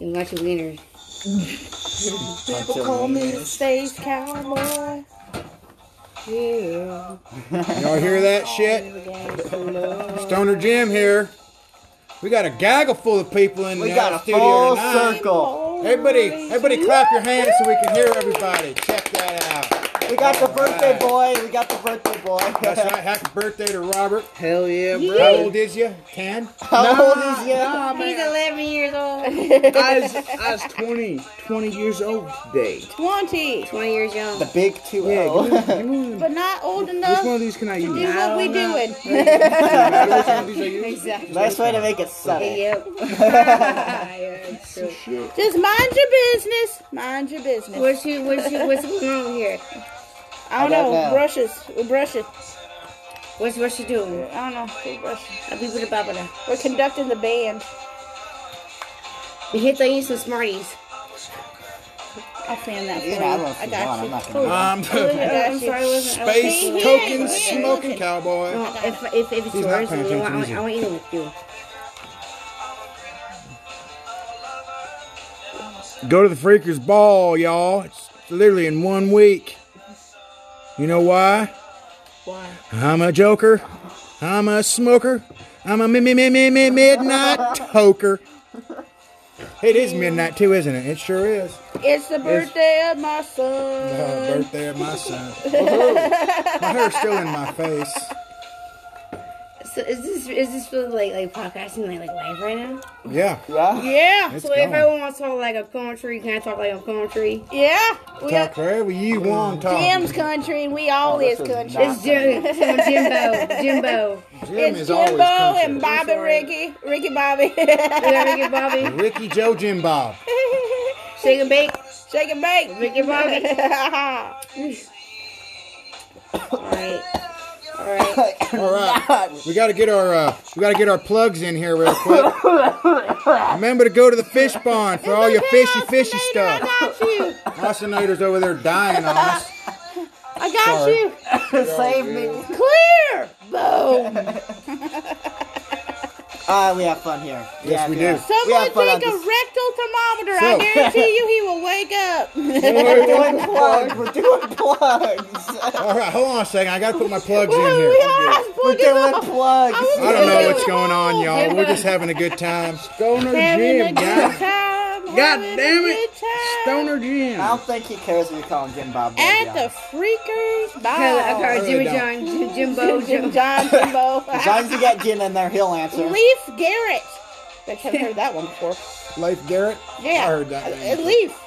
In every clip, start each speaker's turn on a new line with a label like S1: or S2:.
S1: You're much a wiener.
S2: People call me the space cowboy. Yeah.
S3: Y'all hear that shit? Stoner Jim here. We got a gaggle full of people in
S4: We
S3: the
S4: got a
S3: studio
S4: full
S3: tonight.
S4: circle.
S3: Everybody, everybody, clap your hands so we can hear everybody. Check that out.
S4: We got the birthday boy. We got the birthday boy.
S3: That's right. Happy birthday to Robert.
S2: Hell yeah, bro.
S3: How old is you? Ten.
S4: How old is you?
S2: Nah,
S1: He's
S2: man.
S1: 11 years old.
S2: I was, I was 20, 20 years old today.
S1: 20. 20 years young.
S4: The big two
S2: Yeah,
S4: O.
S2: give me, give me one.
S1: But not old
S2: Which
S1: enough
S2: one
S1: to
S2: of these can I use?
S1: do
S2: I
S1: what
S2: don't
S1: we
S2: know.
S1: doing.
S2: Which one of these I use?
S1: exactly.
S4: nice way to make it subtle.
S1: Yep. yeah, it's true. Just mind your business. Mind your business.
S5: What's you, what's you, what's going on here?
S1: I don't
S4: I
S1: know.
S4: don't know.
S1: Brush us. We're brushing.
S5: What's what she doing?
S1: I don't know. We're brushing.
S5: A people to baba.
S1: We're conducting the band.
S5: We hit the eat some Smarties.
S1: I'll fan that for
S4: You
S1: you.
S4: know, I love
S1: I
S4: Suzanne,
S1: got
S4: I'm
S1: you.
S4: not gonna lie.
S3: I'm
S2: Um,
S3: the
S5: I'm sorry, I wasn't.
S3: space
S1: Okay,
S3: token
S1: yeah, yeah,
S3: smoking
S1: okay.
S3: cowboy.
S5: Well, if, if, if it's
S3: He's not
S5: yours,
S3: paying
S5: then you want, I, want,
S3: attention,
S5: I want eat it with you.
S3: Go to the Freakers Ball, y'all. It's literally in one week. You know why?
S1: Why?
S3: I'm a joker. I'm a smoker. I'm a mi- mi- mi- mi- mi- midnight toker. It is midnight too, isn't it? It sure is.
S1: It's the birthday of my son.
S3: Oh, birthday of my son. my hair's still in my face.
S5: So is this is this really like like podcasting like like live right now?
S3: Yeah.
S4: Yeah.
S1: Yeah.
S3: It's
S5: so if I
S3: going.
S5: want to talk like a country, can I talk like a country?
S1: Yeah. We
S3: Talk
S1: got
S3: wherever you want to talk.
S1: Jim's country and we all
S4: Oh, this
S1: is
S4: is
S1: country.
S4: not-
S5: It's Jim, so Jimbo, Jimbo.
S3: Jim
S1: It's
S3: is always
S1: Jimbo and
S3: country.
S1: Bobby
S5: sorry.
S1: Ricky. Ricky Bobby.
S5: You got Ricky Bobby,
S3: Ricky Joe Jim Bob.
S5: shake and bake.
S1: Shake and bake.
S5: Ricky Bobby.
S1: Bobby.
S5: All right, all right.
S3: All right, we got to get our uh, we got to get our plugs in here real quick. Remember to go to the fish pond for all your Oh, fishy fishy
S1: I
S3: stuff.
S1: got you.
S3: Oceanator's over there dying on us.
S1: I got
S3: Sorry.
S1: you.
S4: Save me.
S1: Clear. Boom.
S4: Ah, we have fun here.
S3: Yes, we do.
S4: yeah. We
S1: Someone
S4: have fun on
S1: take a
S4: this.
S1: rectal thermometer.
S3: So-
S1: I guarantee you he will wake up.
S4: We're doing plugs. We're doing plugs.
S3: All right, hold on a second. I got to put my plugs in
S1: Well,
S3: here.
S1: we are as
S4: We're
S1: boogie
S4: doing
S1: up.
S4: plugs.
S3: I don't know what's going on, y'all. We're just having a good time. Stoner
S1: Having a
S3: Jim,
S1: good
S3: guys.
S1: time.
S2: God
S1: having a
S2: damn
S1: good
S2: it.
S1: time.
S2: Stoner
S4: I
S2: Jim.
S4: don't think he cares if we call him Jim Bob. to
S1: At
S4: be
S1: the
S4: honest.
S1: Freakers
S5: Okay,
S1: Ball.
S5: okay, Jimmy
S3: Really
S5: John, Jim, Jimbo,
S1: Jim
S5: Jim.
S1: John Jimbo.
S4: As long as you got Jim in there, he'll answer.
S1: Leaf Garrett. Bet you haven't heard that one before.
S3: Leif Garrett.
S1: Yeah.
S3: I heard that name.
S1: Uh, Leaf.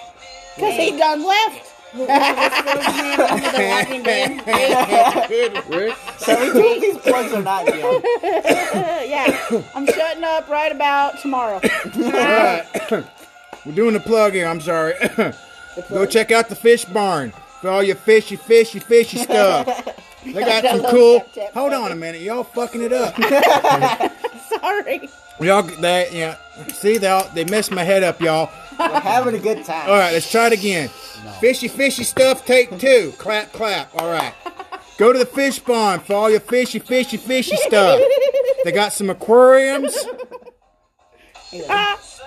S1: Because he done left.
S5: The Walking Dead.
S3: Good, Rick.
S4: So we do these plugs or not, Jim.
S1: Uh, yeah. I'm shutting up right about tomorrow.
S3: All right. We're doing the plug here. I'm sorry. Go check out the fish barn for all your fishy, fishy, fishy stuff. They got some cool.
S1: Tap, tap,
S3: Hold on a minute. Y'all fucking it up.
S1: Sorry.
S3: Y'all, they, yeah. See, they all, they messed my head up, y'all.
S4: We're having a good time.
S3: All right, let's try it again. Fishy, fishy stuff, take two. clap, clap. All right. Go to the fish barn for all your fishy, fishy, fishy stuff. They got some aquariums.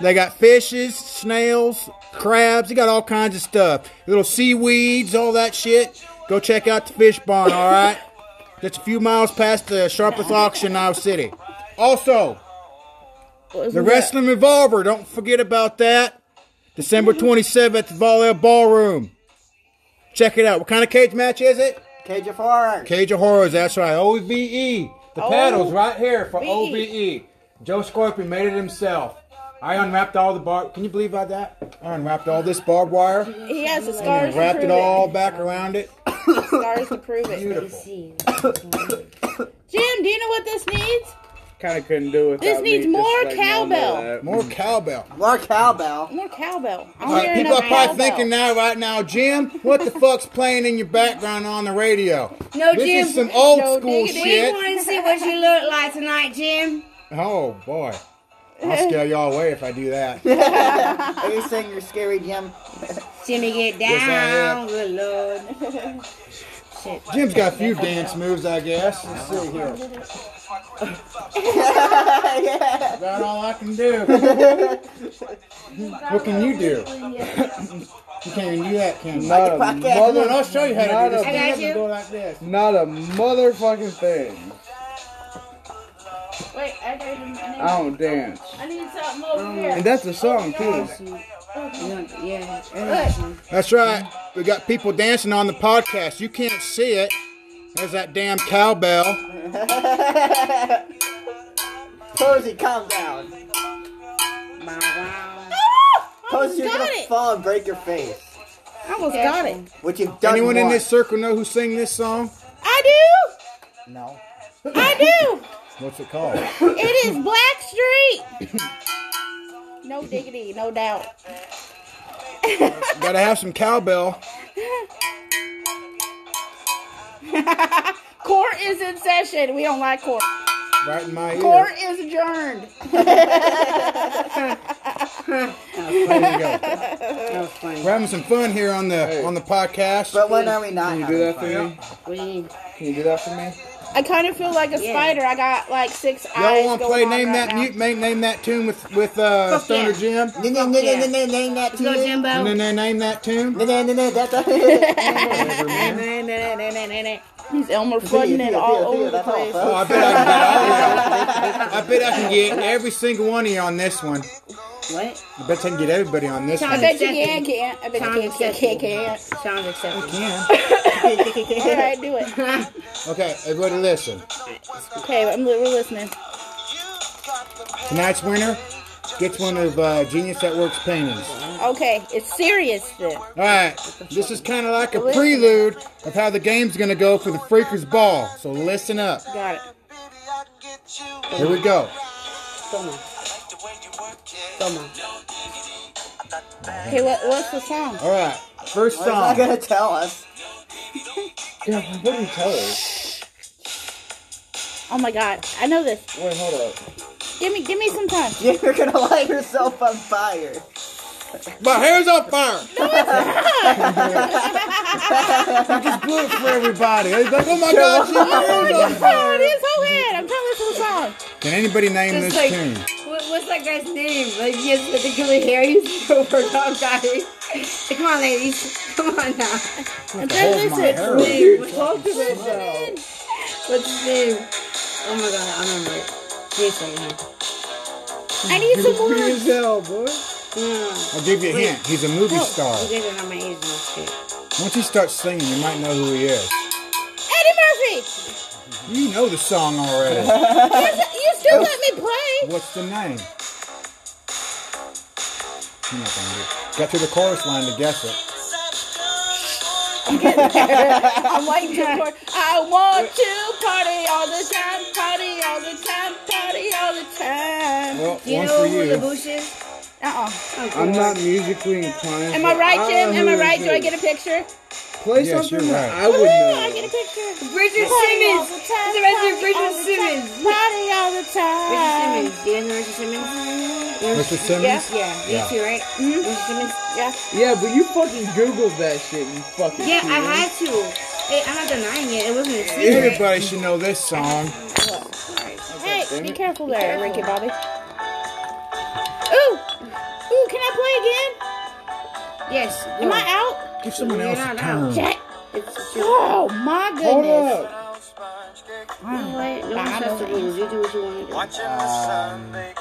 S3: They got fishes, snails, crabs. They got all kinds of stuff. Little seaweeds, all that shit. Go check out the fish barn, all right? Just a few miles past the sharpest auction in Iowa City. Also, the Wrestling Revolver. Don't forget about that. December 27th, at the Volleyball Ballroom. Check it out. What kind of cage match is it?
S4: Cage of Horror.
S3: Cage of Horrors, that's right. OBE. The paddles right here for
S1: E.
S3: OBE. Joe Scorpion made it himself. I unwrapped all the bar. Can you believe about that? I unwrapped all this barbed wire,
S1: He has the scars to
S3: wrapped
S1: prove
S3: it all back around it.
S1: Scars to prove it.
S3: Beautiful.
S1: Jim, do you know what this needs?
S2: Kind of couldn't do it.
S1: This needs more cowbell.
S3: More cowbell.
S4: More cowbell.
S1: More cowbell. I'm
S3: All right,
S1: hearing
S3: people
S1: a
S3: are probably
S1: cowbell.
S3: thinking now, right now, Jim, what the fuck's playing in your background on the radio?
S5: No,
S3: This
S5: Jim.
S3: is some old
S1: No
S3: school
S1: diggity.
S5: We
S3: shit.
S5: want to see what you look like tonight, Jim.
S3: Oh boy. I'll scare y'all away if I do that.
S4: Are you saying you're scary, Jim?
S5: Jimmy, get
S3: Yes, I
S5: down, good lord.
S3: Jim's got a few dance moves, I guess. Let's see here.
S4: yeah.
S3: About all I can do. what can you do? you can't even do that, can you?
S2: Not a
S4: Like a podcast.
S3: Come on, I'll
S2: mother,
S3: show you how to do
S5: got
S3: this.
S2: I
S3: Stand up and
S5: you.
S3: Go like this.
S2: not a motherfucking thing.
S6: Wait, I got him.
S2: I
S6: I
S2: don't dance.
S6: need, I
S3: Uh,
S6: need something over
S3: oh,
S6: here.
S2: And that's the song too.
S5: Yeah. Look.
S3: That's right. We got people dancing on the podcast. You can't see it. There's that damn cowbell.
S4: Posey, calm down. Posey, you're
S1: got
S4: gonna
S1: it.
S4: fall and break your face.
S1: I almost got it.
S4: Which you've done
S3: Anyone in
S4: once.
S3: this circle know who sing this song?
S1: I
S2: No.
S1: do. I do.
S3: What's it called?
S1: It is Black Street. No diggity, no doubt.
S3: Gotta have some cowbell.
S1: Court is in session. We don't like court.
S3: Right in my ear.
S1: Court is adjourned.
S3: There you go.
S5: That was funny.
S3: We're having some fun here on the on the podcast.
S4: But when are we not?
S2: Can you
S4: having
S2: do that for
S4: fun?
S2: me?
S5: What do you mean?
S2: Can you do that for me?
S1: I kind of feel like a
S5: Yeah.
S1: spider. I got like six eyes.
S3: Y'all want to play
S1: going on
S3: name
S1: right
S3: that
S1: now.
S3: mute, name, name that tune with with uh,
S5: Fuck
S3: Stoner Jim?
S4: Nah, nah, nah, nah, nah, nah, nah,
S5: Let's go,
S4: nah,
S3: And then
S5: Jimbo.
S3: they name that tune.
S4: nah, nah, nah, that's a-
S1: He's Elmer flooding it all over the place.
S3: Oh, I bet I can get. I bet I can get every single one of you on this one.
S5: What?
S3: I bet I can get everybody on this
S1: I
S3: one.
S1: bet you can, can't. I bet you can, can't, can't.
S5: Sounds acceptable.
S3: Can.
S1: All right, do it.
S3: Okay, everybody listen.
S1: Okay, I'm li- we're listening.
S3: Tonight's winner gets one of uh, Genius at Work's paintings.
S1: Okay, it's serious then.
S3: All right, this is kind of like a prelude of how the game's gonna go for the Freakers Ball. So listen up.
S1: Got it.
S3: Here we go.
S5: Come on. Come on.
S1: Okay, what, what's the song?
S3: All right, first
S4: He's not
S3: song.
S4: gonna tell us.
S2: Yeah, what do you tell her?
S1: Oh my God, I know this.
S2: Wait, hold up.
S1: Give me, give me some time.
S4: You're gonna light yourself on fire.
S3: My hair's on fire. I just blew it for everybody. They're like, oh my God, she's hair's on fire.
S1: Oh, it is whole head. I'm trying to listen to the song.
S3: Can anybody name
S5: Just
S3: this
S5: like-
S3: tune?
S5: What, what's that guy's name? Like, he has particular hair. He's so overdog guy. Come on, ladies. Come on now.
S1: I'm trying to listen.
S5: What's his name? Talk to myself. What's his name? Oh my god, I don't remember it. Wait a second.
S1: I need some more.
S2: Free as hell, boy.
S5: No, no, no.
S3: I'll give you a hint. He's a movie star.
S5: Hmm. You guys are not my age, no shit.
S3: Once you start singing, you might know who he is.
S1: Eddie Murphy,
S3: You know the song already.
S1: you, you still let me play?
S3: What's the name? You're not gonna get it. Got to the chorus line to guess it.
S1: I'm waiting to record. I want to party all the time, party all the time, party all the time.
S3: Well,
S5: Do you
S3: one
S5: know
S3: for
S5: who the
S3: you.
S5: Bush is?
S1: Uh-uh.
S5: Oh,
S2: I'm
S5: God.
S2: not musically inclined.
S1: Am I right,
S2: but
S1: Jim? Am I
S2: know
S1: right?
S2: who
S1: Do I
S2: it
S1: get a
S2: is.
S1: picture?
S2: Play
S3: Yes,
S2: something
S3: you're
S2: that
S3: right.
S2: I would
S1: Woo,
S2: know.
S1: I get a picture.
S5: Richard
S1: Party all
S5: Simmons!
S1: the time,
S5: It's Richard,
S1: party all
S5: Richard
S1: the
S5: Simmons!
S1: time, Party all the
S5: Richard Simmons. Do
S1: time.
S5: you guys know Richard Simmons? You know
S3: Mr. Simmons?
S1: Yeah.
S5: Yeah, you
S3: Yeah.
S5: too, right? Richard Simmons?
S1: Yeah.
S2: Yeah, but you fucking googled that shit. You fucking.
S5: Yeah, I
S2: idiot.
S5: had to. Hey, I'm not denying it. It wasn't a secret.
S3: Everybody should know this song.
S1: Hey, be careful there, Ricky Bobby. Ooh, ooh, can I play
S5: Yes.
S1: again? Am
S5: go.
S1: I out?
S3: Give someone
S5: You're
S3: else a
S5: not
S3: turn.
S1: Jack.
S5: It's true.
S1: Oh my
S2: Hold
S1: goodness.
S2: up.
S5: You know what? No one sets the rules. You do what you want to do.
S2: I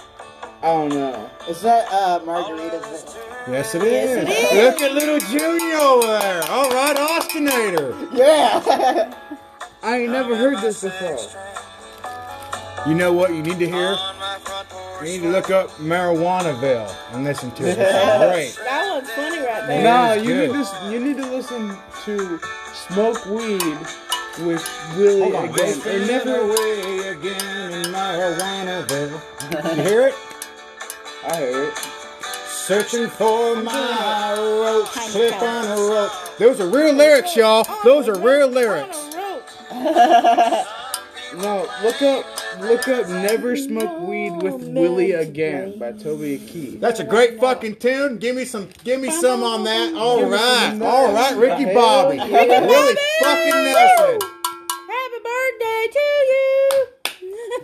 S2: don't know.
S4: Is that uh, Margarita?
S3: Yes, it is. Look at little Junior there. All right, Austinator.
S4: Yeah.
S2: I ain't never heard this before.
S3: You know what you need to hear? You need to look up Marijuanaville and listen to it. It's great.
S1: That was funny right there.
S3: That
S2: Nah,
S3: is
S2: you
S3: good.
S2: need to s- you need to listen to "Smoke Weed" with Willie
S3: Hold on.
S2: again.
S3: Go
S2: Or
S3: spinning
S2: never.
S3: away again in Marijuanaville. You hear it?
S2: I heard it.
S3: Searching for my rope,
S1: Kind of
S3: clip
S1: sound.
S3: on a rope. Those are real lyrics, y'all. Those are real lyrics.
S1: On a rope.
S2: No, look up, look up. Never smoke weed with Willie again by Toby Key.
S3: That's a great fucking tune. Give me some, give me some on that. All right, all right, Ricky
S2: Hell
S3: Bobby, Willie fucking Nelson.
S1: Happy birthday to you.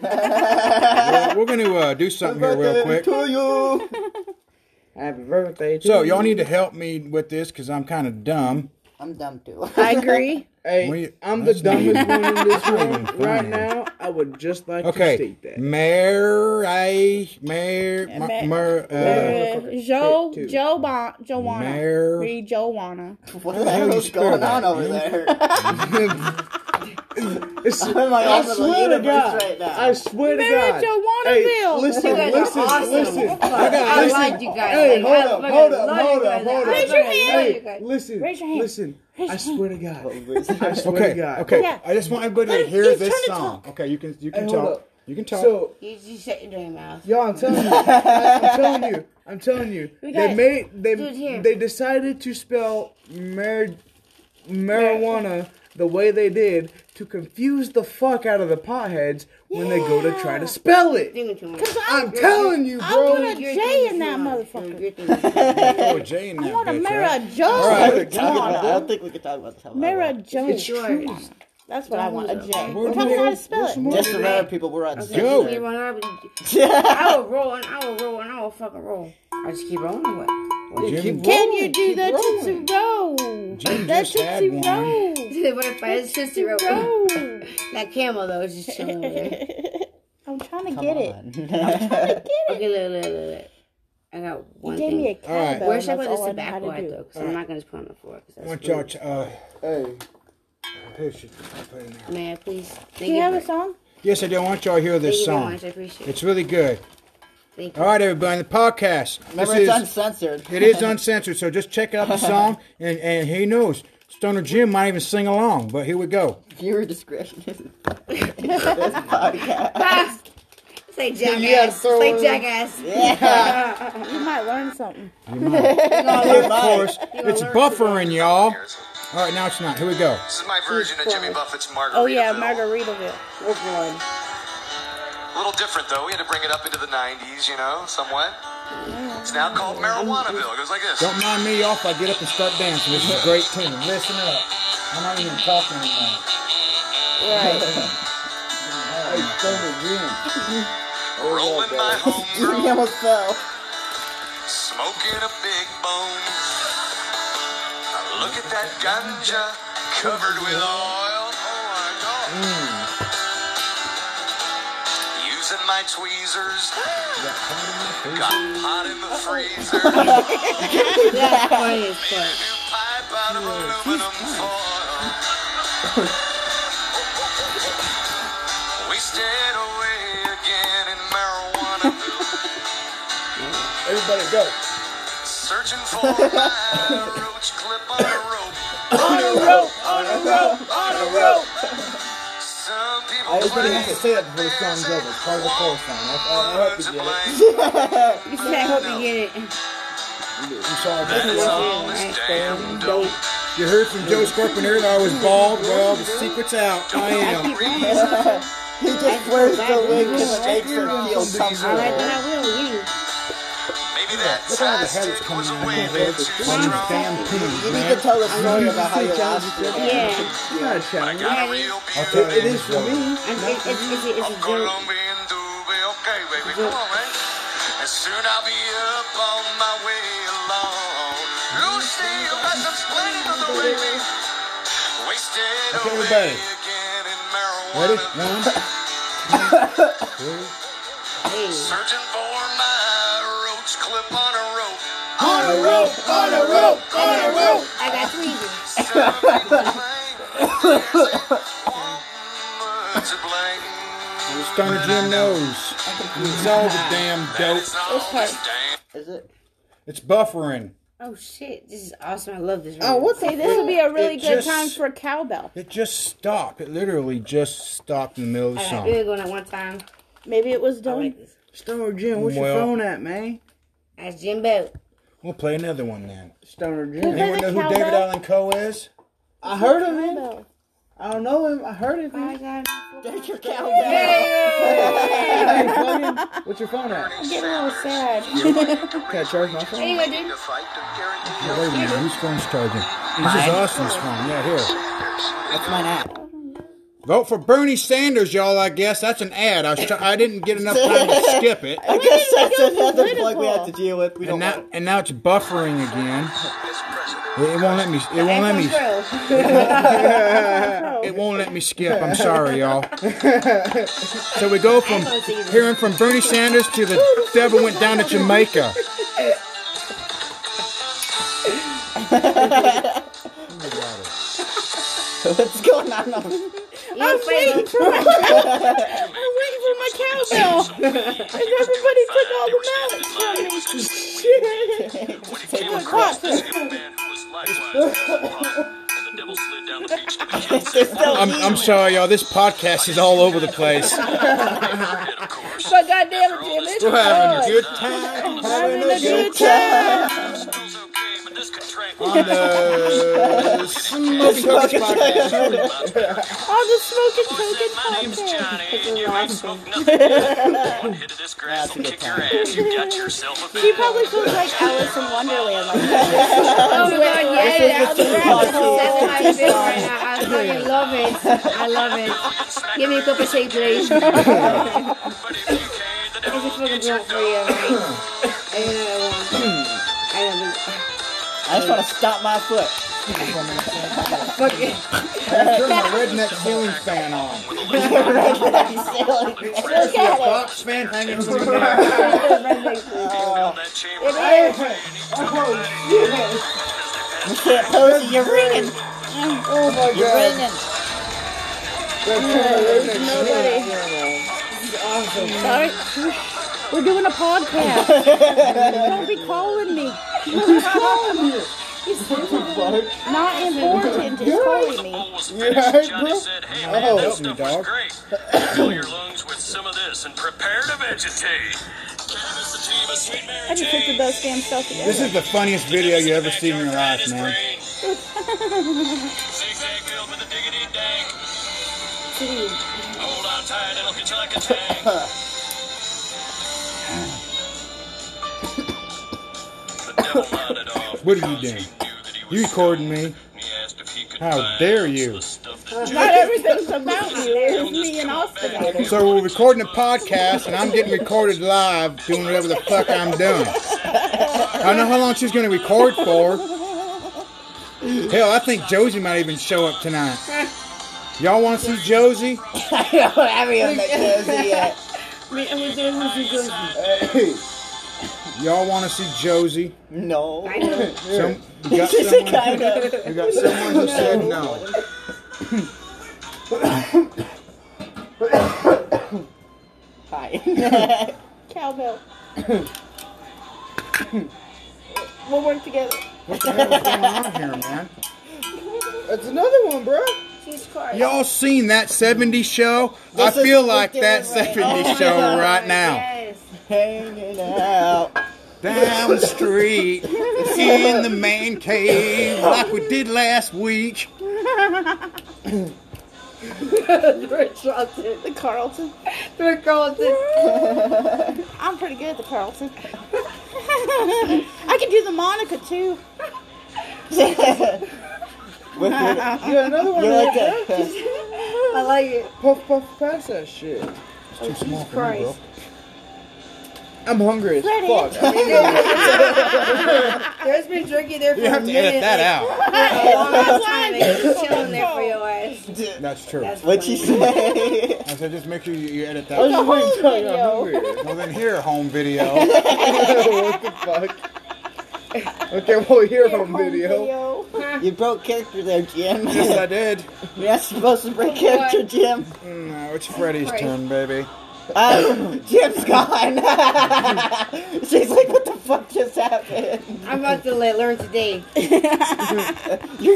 S3: We're, we're going to uh, do something here real quick.
S4: To you.
S2: Happy birthday. To
S3: So y'all
S2: you.
S3: need to help me with this because I'm kind of dumb.
S4: I'm dumb too.
S5: I agree.
S2: Hey,
S3: We-
S2: I'm the
S3: that's not
S2: dumbest
S3: even-
S2: one in this
S3: not
S2: room
S3: even funny.
S2: right now. I would just like to
S3: Okay,
S2: state that.
S3: Mayor, I, Mayor,
S1: Ma-
S3: Mayor, uh,
S1: Uh, Joe,
S2: Two.
S1: Joe, bon, Joanna.
S3: Mayor.
S1: Read Joanna.
S4: What the hell is
S3: spell
S4: going on
S3: that,
S4: over there? I'm
S2: It's-
S4: like
S2: I
S4: off of the
S2: swear to
S4: universe
S2: God.
S4: right now.
S2: I swear to
S1: Mayor
S2: Oh God.
S1: Joanna
S2: Hey,
S1: Bill.
S2: listen,
S5: You guys are
S2: listen,
S5: awesome.
S2: listen.
S5: I,
S3: got- listen.
S5: love you guys.
S2: Hey,
S5: Like, I
S2: hold up,
S5: fucking
S2: hold up,
S5: love you
S2: hold up,
S5: guys.
S2: hold
S5: I
S2: up.
S5: fucking love
S1: Hey,
S5: you guys.
S2: Listen,
S1: Raise your hand.
S2: listen. I swear to God. I swear to
S3: Okay,
S2: God.
S3: okay.
S1: Yeah.
S3: I just want everybody to
S1: Hey,
S3: hear
S1: you
S3: this
S1: turn to
S3: song.
S1: talk.
S3: Okay, you can you
S2: Hey,
S3: can
S2: hold
S3: talk.
S2: up.
S3: You can talk.
S2: So,
S5: You, you shut your damn mouth.
S2: y'all, I'm telling you, I, am telling you, I'm telling you, they
S1: got-
S2: made they
S5: Dude, here.
S2: they decided to spell mar- marijuana the way they did to confuse the fuck out of the potheads when they go to try to spell it.
S5: Think too much.
S2: I'm telling you,
S1: I want
S2: bro.
S1: a J in that motherfucker.
S5: You're thinking too much.
S3: Oh, Jane,
S1: I want to marry a
S4: I
S1: Joe.
S4: don't think we can talk about this.
S1: Marry a Joe.
S5: Sure.
S1: That's what I want, a J.
S3: Where's
S1: We're talking
S3: Joe?
S1: how to spell it.
S4: Just remember, people, we're on
S5: Give
S3: Yo.
S5: me one, I would-
S4: Yeah.
S5: I will roll and I will roll and I will fucking roll. I just keep rolling with.
S1: Can you do the Tootsie Roll?
S3: Jim
S1: The
S3: just had
S1: Tootsie
S3: one.
S1: Roll.
S5: it. what if I had sister roll?
S1: Roll.
S5: That camel though is just chilling over there.
S1: I'm trying to get it.
S5: Okay, look, look, look, look. I got one
S1: Gave me a
S5: thing.
S1: cowbell.
S5: Where should I
S1: and
S5: put this
S1: that's all I know how
S5: tobacco
S1: to
S5: at
S1: do.
S5: though? Because I'm not gonna just put it on the floor. 'cause
S3: I
S5: that's
S3: want y'all.
S5: rude.
S3: To, uh,
S4: Hey.
S3: push it. I'll put it in there.
S5: May I please? Thank
S1: Do you have a
S5: for-
S1: song?
S3: Yes, I do. I want y'all to hear
S5: Thank
S3: this
S5: you very
S3: song.
S5: much. I appreciate it.
S3: It's really good.
S5: Thank you.
S3: All right, everybody, the podcast.
S4: Remember, it's
S3: this is,
S4: uncensored.
S3: it is uncensored, so just check out the song, and, and who knows, Stoner Jim might even sing along, but here we go.
S4: Viewer discretion is this podcast.
S5: Ah! Say jackass.
S4: throw
S5: Say
S4: it.
S5: jackass.
S4: Yeah.
S1: You might learn something.
S3: Of course, it's buffering, y'all. All right, now it's not. Here we go.
S7: This is my version of Jimmy Buffett's Margaritaville.
S1: Oh yeah, Margaritaville.
S5: We're good.
S7: A little different though. We had to bring it up into the 90s, you know, somewhat. It's now called Marijuanaville. It goes like this.
S3: Don't mind me off. I get up and start dancing. This is a great tune. Listen up. I'm not even talking anymore.
S7: Rolling my
S4: Jimmy
S7: homebrew,
S4: almost fell.
S7: smoking a big bone. Look at that ganja covered with oil. Oh my god. Using my tweezers. Got pot in the freezer.
S5: That's funny as
S7: Made a
S5: fuck.
S7: new pipe out of aluminum foil. We stayed away again in marijuana.
S3: Everybody go.
S7: Searching for my roach clip on a rope. Some people
S3: Everybody
S7: play
S3: has to say that before the song's over. It's part of the chorus song. I, I hope
S7: words
S3: you
S7: of
S3: get it.
S7: blame.
S5: You said I hope you get it.
S3: You saw
S7: That's
S3: that.
S7: all this damn dope.
S3: You heard from Joe Scorpion that I was bald. Well, the secret's out. I am.
S7: Reason
S4: He just wears the wig and shakes her heels
S5: All right,
S4: somewhere.
S5: then I will. You.
S7: Maybe that
S3: Look at all the
S7: size
S3: habits
S7: stick
S3: coming
S7: was a
S3: out.
S7: way
S3: of
S7: bit
S3: this
S7: too
S4: You
S3: damn thing,
S7: strong.
S4: need to
S3: man.
S4: tell the story about how you lost it.
S5: Yeah.
S2: It's not a
S7: I
S2: challenge.
S7: got a real
S3: I'll
S7: beer.
S3: tell you
S2: It is
S3: this,
S2: for
S3: though.
S2: me.
S5: I'm, it's, it's, it's, a- it's
S7: I'm
S5: a joke.
S7: Colombian doobie. Okay, baby, come on, man. And soon I'll be up on my way along. Lucy, you got some splendid on the way. Wasted
S3: Okay,
S7: away
S3: everybody.
S7: again in
S3: Ready?
S7: marijuana.
S3: One.
S5: Hey.
S7: Searching for my roach clip on a rope.
S3: On a rope, on a rope, on a rope.
S5: I got tweezers.
S7: Some people blame. There's a woman to blame.
S3: Stoner Jim knows. He's all the damn
S7: That
S3: dope.
S7: is all this damn
S4: Is it?
S3: It's buffering.
S5: Oh shit, this is awesome. I love this.
S2: Oh,
S5: room.
S2: what the
S1: See, this would be a really
S3: It
S1: good
S3: just-
S1: time for a cowbell.
S3: It just stopped. It literally just stopped in the middle of the
S5: I got
S3: song.
S5: really going at one time.
S1: Maybe it was
S5: I
S1: done.
S5: like this.
S2: Stoner Jim, what's your
S3: Well-
S2: phone at, man?
S5: That's Jimbo.
S3: We'll play another one then.
S2: Stoner Jim.
S3: Anyone know who David Allen Coe is?
S2: I heard of him. I don't know him. I heard of him.
S4: There's your cowbell.
S2: Hey, fucking, what's your phone at?
S1: I'm getting a little sad.
S2: Can I charge my phone?
S5: Anyway, dude.
S7: to fight to guarantee
S3: Wait a minute, whose phone's charging? This is Austin's phone. Yeah, here.
S4: That's mine app.
S3: Vote for Bernie Sanders, y'all. I guess that's an ad. I, was try- I didn't get enough time to skip it,
S4: I guess that's another plug we
S1: political.
S4: have to deal with. We
S3: and
S4: don't.
S3: now
S4: want-
S3: and now it's buffering again.
S7: This president.
S3: It it won't let me. It won't let me. It won't let me skip. I'm sorry, y'all. So we go from hearing from Bernie Sanders to the devil went down to Jamaica.
S4: What's going on? over-
S1: Oh, I'm waiting for my I'm waiting for my cowbell. and everybody took all the mallets from me.
S7: When he came
S1: Take
S7: across
S1: a
S7: this young man who was likewise and the devil slid down the beach to the kids.
S4: There's no
S3: I'm,
S4: need.
S3: I'm sorry, y'all. This podcast is all over the place.
S7: And of course,
S1: but goddamn it, Jim, it's
S3: We're having a
S1: fun.
S3: good time.
S1: Having a good time.
S7: smells okay, but this could train.
S3: on Uh, the Smoking Cookies podcast.
S1: All the smoking
S7: Said, My
S1: coke and
S7: name's
S1: podcast.
S7: Johnny, and you ain't smoked nothing. yet. One hit of this grass will kick your ass. You got yourself a
S1: She
S7: big
S1: probably feels like Alice in Wonderland. Like that.
S5: Oh my god, yeah,
S4: This is the
S5: that's
S4: podcast.
S5: how I feel right now. I fucking love it. I love it. Give me a cup of tea, please.
S7: But if you can't, the devil
S5: It's a
S7: will
S5: fucking
S7: get your
S5: joke for you.
S7: dog.
S5: I love it.
S4: I just want to stop my foot.
S5: Fuck it.
S3: Turn my redneck ceiling fan on.
S1: Look at it.
S3: Fox fan hanging from the ground.
S7: Fill that chamber. It is.
S4: Posey, you're ringing.
S2: Oh my
S4: You're
S2: god.
S4: ringing.
S1: Nobody. Sorry. We're doing a podcast. Don't be calling me. Who's calling you? Not important is calling me.
S7: bowl was finished, Johnny said, Hey man, that stuff was great. Fill your lungs with some of this and prepare to vegetate. Cannabis sativa, sweet Mary
S1: I just took the
S7: Jane.
S1: best damn stuff together.
S3: This is the funniest video you ever seen in your life, man.
S7: Zigzag build with a diggity dank. Hold on tight, it'll hit you like a tank. the devil nodded off.
S3: What are you doing? You recording me?
S7: And he asked if he could
S3: How
S7: find
S3: dare you.
S7: the stuff that Jane
S1: Not everything's about me. There's me and Austin out there.
S3: So we're recording a podcast, and I'm getting recorded live doing whatever the fuck I'm doing. I don't know how long she's going to record for. Hell, I think Josie might even show up tonight. Y'all want to see Josie?
S4: I don't have any of that Posey yet.
S3: Y'all want to see Josie?
S4: No.
S3: Some, we got
S4: Just a
S3: someone,
S4: kind of.
S3: we got someone who said no.
S4: Hi.
S1: Cowbell. we'll work together.
S3: What the hell is going on here, man?
S2: That's another one, bro.
S1: She's cars.
S3: Y'all seen that 70s show?
S4: This
S3: I
S4: is
S3: feel like
S4: freaking
S3: that
S4: right.
S3: 70s show right now.
S5: Yes.
S4: Hanging out.
S3: Down the street, in the man cave, like we did last week.
S1: The Carlton.
S5: Three girls in
S1: I'm pretty good at the Carlton. I can do the Monica too.
S4: With your,
S2: You got another one.
S4: you
S2: right
S4: like
S2: there.
S4: that?
S5: I like it.
S2: Puff puff pass that shit.
S1: Christ.
S2: I'm hungry as
S1: Ready?
S2: fuck. I mean,
S5: There's been jerky there for
S3: You have
S5: a
S3: to
S5: minute.
S3: edit that out.
S5: like, a long time. It's just chilling there for your ass.
S3: That's true.
S5: That's
S4: What'd she say?
S3: I said, just make sure you, you edit that.
S2: I was
S3: out.
S2: just waiting until I got
S1: video.
S2: hungry.
S3: Well, then here, home video.
S2: what the fuck? Okay, well, here home video.
S4: You broke character there, Jim.
S3: yes, I did.
S4: You're not supposed to break character, Jim.
S3: No, it's Freddy's turn, baby.
S4: Uh, Jim's gone. She's like, what the fuck just happened?
S5: I'm about to le- learn today.
S4: You're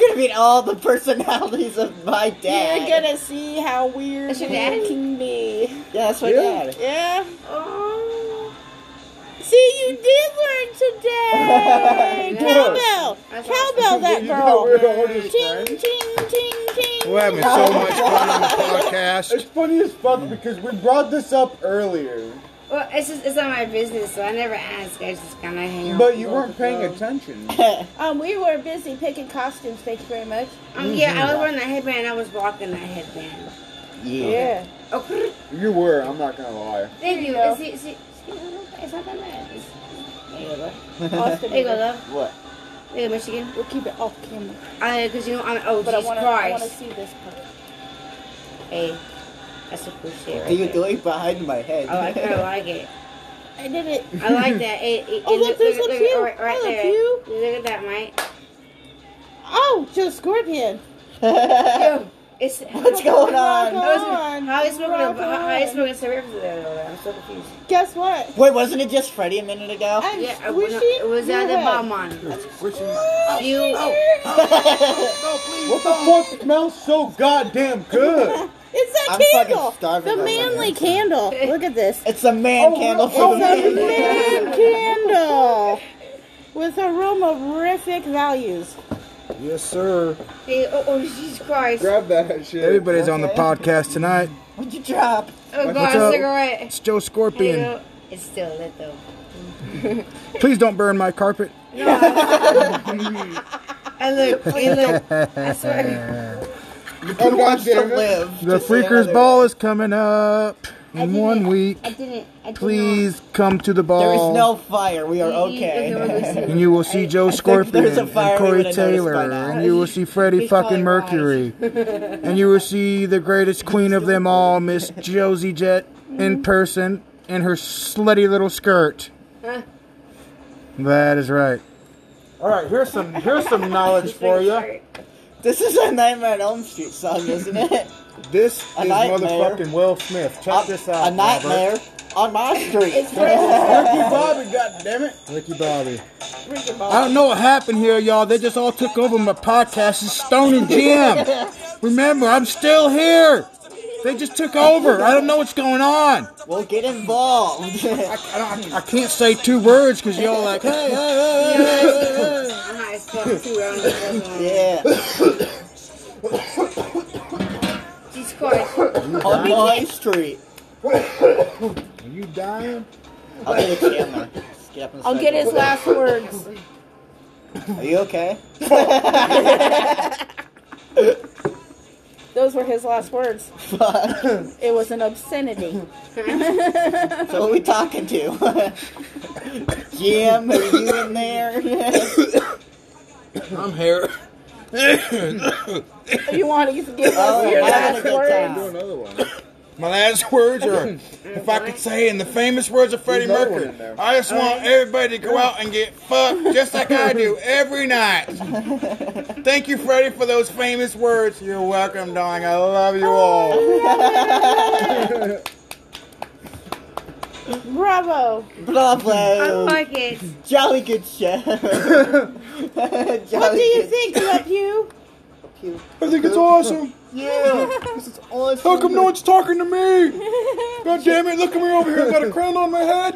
S4: gonna meet all the personalities of my dad.
S1: You're gonna see how weird
S5: That's your
S1: it
S5: dad?
S1: can be.
S4: Yeah, that's my
S2: Yeah.
S4: dad.
S1: Yeah.
S5: Oh.
S1: See, you did learn today. Cowbell.
S5: That's
S1: Cowbell that
S2: You know where
S1: girl.
S2: the hell is
S1: Ting,
S2: Frank?
S1: ting, ting, ting.
S3: We're having so much fun on the
S2: It's
S3: podcast.
S2: funny as fuck because we brought this up earlier,
S5: Well, it's just it's not my business, so I never ask. I just kind of hang out.
S2: but you weren't paying attention.
S1: Um, we were busy picking costumes. Thank you very much.
S2: Mm-hmm.
S5: Um, yeah, I was wearing that headband. I was rocking that headband.
S4: Yeah.
S1: Yeah.
S5: Oh,
S8: You were. I'm not gonna lie.
S5: thank you.
S1: you go.
S5: It's, it's, it's, it's not that bad. It's,
S1: Austin,
S5: there you go, love.
S4: What?
S5: There you go, Michigan.
S1: We'll keep it off camera.
S5: I, cause you know I'm. Oh,
S1: But I
S5: Jesus
S1: want to I wanna
S5: Christ.
S1: see this part.
S5: Hey, that's a cool shit right
S4: Do you
S5: there.
S4: do it behind my head?
S5: Oh, I kind of like it.
S1: I did it.
S5: I like that. It, it,
S1: Oh,
S5: it
S1: look, there's a pew.
S5: Right, right
S1: Hello,
S5: there.
S1: pew.
S5: Look at that, Mike.
S1: Oh, Joe Scorpion.
S5: Yo, it's
S4: What's going on?
S5: How is,
S1: on.
S5: how is smoking?
S1: Rock
S5: a- How, how
S1: on.
S5: is smoking cigarettes over there? though? I'm so confused.
S1: Guess what?
S4: Wait, wasn't it just Freddy a minute ago?
S1: I'm
S5: Yeah, I was,
S1: squishy.
S5: it was at the
S1: your head.
S5: bomb on.
S8: Squishing
S5: You. oh,
S1: Oh.
S8: What the fuck smells so goddamn good?
S1: It's that
S4: I'm fucking
S1: candle.
S4: starving
S1: The
S4: right now.
S1: manly candle. Look at this.
S4: It's a man candle for the
S1: It's a
S4: man.
S1: man candle with aromorific values.
S3: Yes, sir.
S5: Hey, oh, oh, Jesus Christ!
S8: Grab that shit.
S3: Everybody's on the
S4: Okay.
S3: podcast tonight.
S4: What'd you drop?
S5: Oh
S3: What's
S5: God,
S3: up?
S5: cigarette.
S3: It's Joe
S5: Hey,
S3: Scorpion.
S5: yo, It's still lit though.
S3: Please don't burn my carpet.
S5: I look. Hey, look. I swear.
S4: Who wants to
S8: goddamn it.
S4: live?
S3: The
S4: Just say
S3: Freakers
S4: another-
S3: Ball is coming up
S5: I
S3: in
S5: didn't-
S3: one week.
S5: I didn't. I did
S3: Please come to the ball.
S4: There is no fire. We are
S5: not- You- you- you look
S4: okay.
S5: really
S3: And you will see Joe Scorpion
S4: there's a
S3: and
S4: fire we
S3: Corey
S4: would've noticed by
S3: Taylor,
S4: now.
S3: and you will see Freddie
S5: He's
S3: fucking
S5: probably right.
S3: Mercury, and you will see the greatest queen of them all, Miss Josie Jett,
S5: Mm-hmm.
S3: in person in her slutty little skirt. That is right.
S8: All right, here's some here's some knowledge for you.
S4: This is a Nightmare on Elm Street song, isn't it?
S8: This
S4: A
S8: is
S4: nightmare.
S8: motherfucking Will Smith. Check
S4: A-
S8: this out.
S4: A nightmare on my street.
S8: Bobby, goddammit.
S3: Ricky Bobby. I don't know what happened here, y'all. They just all took over my podcast. It's Stone and Jim. Remember, I'm still here. They just took over. I don't know what's going on.
S4: We'll get involved.
S3: I, don't, I can't say two words because y'all like, hey, hey, hey, hey, hey, hey.
S5: I'm high as fuck too. I don't know what's going on.
S4: yeah.
S5: Jesus Christ.
S4: on my street.
S8: Are you dying?
S4: I'll get a camera. Just Get up and
S1: I'll
S4: start
S1: get his
S4: going.
S1: last words.
S4: Are you okay?
S1: Those were his last words.
S4: Fuck.
S1: It was an obscenity.
S4: So what are we talking to? Jim, are you in there?
S3: I'm here.
S1: you want to give us
S4: Oh,
S1: your
S4: I'm
S1: last
S4: having a good
S1: words?
S4: time.
S8: Another one.
S3: My last words are, if I could say in the famous words of Freddie
S8: There's another one
S3: Mercury,
S8: in there.
S3: I just want everybody to go out and get fucked just like I do every night. Thank you, Freddie, for those famous words. You're welcome, darling. I love you all.
S1: Bravo.
S4: Blah
S5: I
S4: blah.
S5: like it.
S4: Jolly good show.
S1: What do you think, Matthew?
S4: Pew.
S3: I think it's awesome.
S4: Yeah, this is awesome.
S3: How come no one's talking to me? God damn it, look at me over here. I got a crown on my head.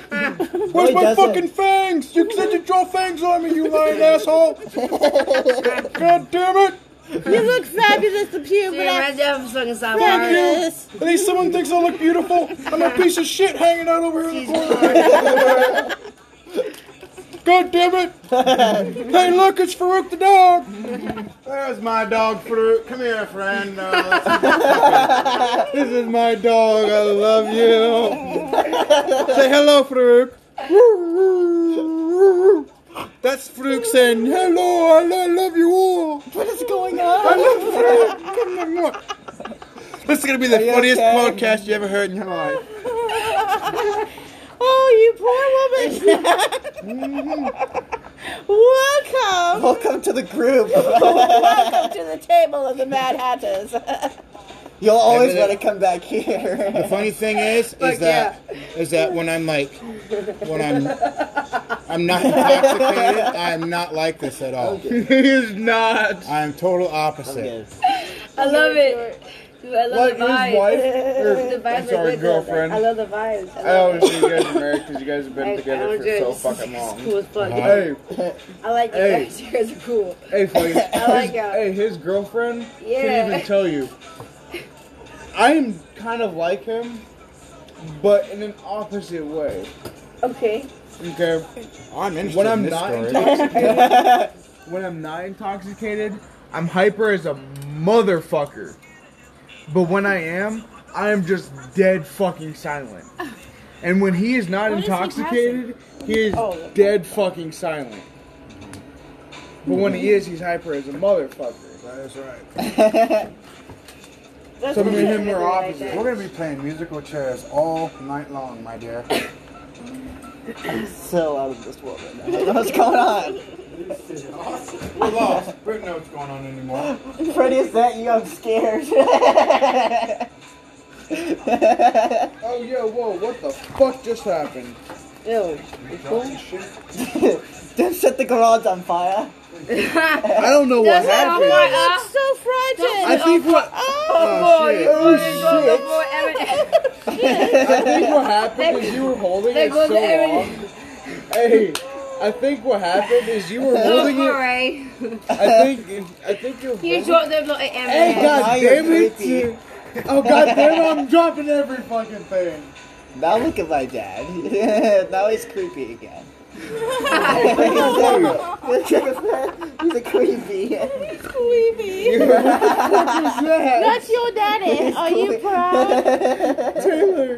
S3: Where's
S4: he
S3: my
S4: doesn't.
S3: fucking fangs? You said you draw fangs on me, you lying asshole. God damn it.
S1: You look fabulous, Matthew, but
S5: Dude,
S1: I'm
S5: my dad's fucking stop.
S1: fabulous.
S3: At least someone thinks I look beautiful. I'm a piece of shit hanging out over here in the
S5: Jesus
S3: corner. God damn it! hey, look, it's Farouk the dog. There's my dog, Farouk. Come here, friend. Uh, this is my dog. I love you. Say hello, Farouk. That's Farouk saying hello. I lo- love you all.
S4: What is going on?
S3: This is gonna be the
S4: you
S3: funniest
S4: okay?
S3: podcast you ever heard in your life.
S1: Oh, you poor woman. Welcome
S4: Welcome to the group.
S1: to the table of the Mad Hatters.
S4: You'll always
S3: Yeah, but
S4: want to come back here.
S3: The funny thing is, is that, is that when I'm like, when I'm, I'm not intoxicated. I'm not like this at all.
S2: He is not.
S3: I'm total opposite.
S5: I love it. Dude, I love the
S8: His
S5: vibes.
S8: wife?
S5: The
S8: Your,
S5: vibes
S8: I'm
S5: are
S8: sorry,
S5: good, though.
S8: girlfriend.
S5: I love the vibes. I
S8: I
S5: love
S8: always knew you guys were married because you guys have
S5: I-
S8: been
S5: I
S8: together
S5: don't
S8: for
S5: do it.
S8: so
S5: It's
S8: fucking long.
S5: cool as fuck.
S8: Hey,
S5: I like it.
S8: Hey.
S5: Those chairs are cool.
S8: hey, Freddy.
S5: I like
S8: his,
S5: it.
S8: hey, his girlfriend
S5: Yeah.
S8: can't even tell you. I am kind of like him, but in an opposite way.
S5: Okay.
S8: Okay.
S3: I'm interested
S8: When
S3: in
S8: I'm
S3: this
S8: not
S3: story.
S8: intoxicated, when I'm not intoxicated, I'm hyper as a motherfucker. But when I am,
S2: I am just dead fucking silent. And when he is not
S1: What is he
S2: intoxicated, he is
S4: Oh, yeah.
S2: dead fucking silent. But when he is, he's hyper as a motherfucker.
S8: That's right.
S4: That's
S8: So
S4: what
S8: me and him
S4: I'm
S8: are
S4: gonna do right
S8: opposite.
S4: there.
S8: We're gonna be playing musical chairs all night long, my dear.
S4: so out of this world right now. What's going on?
S8: We're lost. Britt knows what's going on anymore.
S4: Freddy, is that you? I'm scared.
S2: Oh, yo, whoa, what the fuck just happened?
S4: Ew. Dip set the garage on fire.
S2: I don't know what
S5: Doesn't
S2: happened.
S5: Omar- uh,
S1: so fragile.
S2: I think what.
S5: Oh,
S2: Oh,
S5: boy,
S2: shit.
S5: you
S2: Oh,
S5: wanna go
S2: shit.
S5: before Evan-
S2: I think what happened is you were holding
S5: There
S2: it
S5: goes
S2: so
S5: Aaron.
S2: long. Hey, I think what happened is you were holding
S5: Oh,
S2: it.
S5: alright.
S2: I think I think you're.
S5: You dropped the little Evan.
S2: Hey,
S4: Now
S2: god
S4: you're
S2: damn it!
S4: creepy.
S2: Oh god damn it! I'm
S8: dropping every fucking thing.
S4: Now look at my dad. now he's creepy again. Look at that. He's a creepy.
S1: Sleepy. That's your daddy. Are you proud?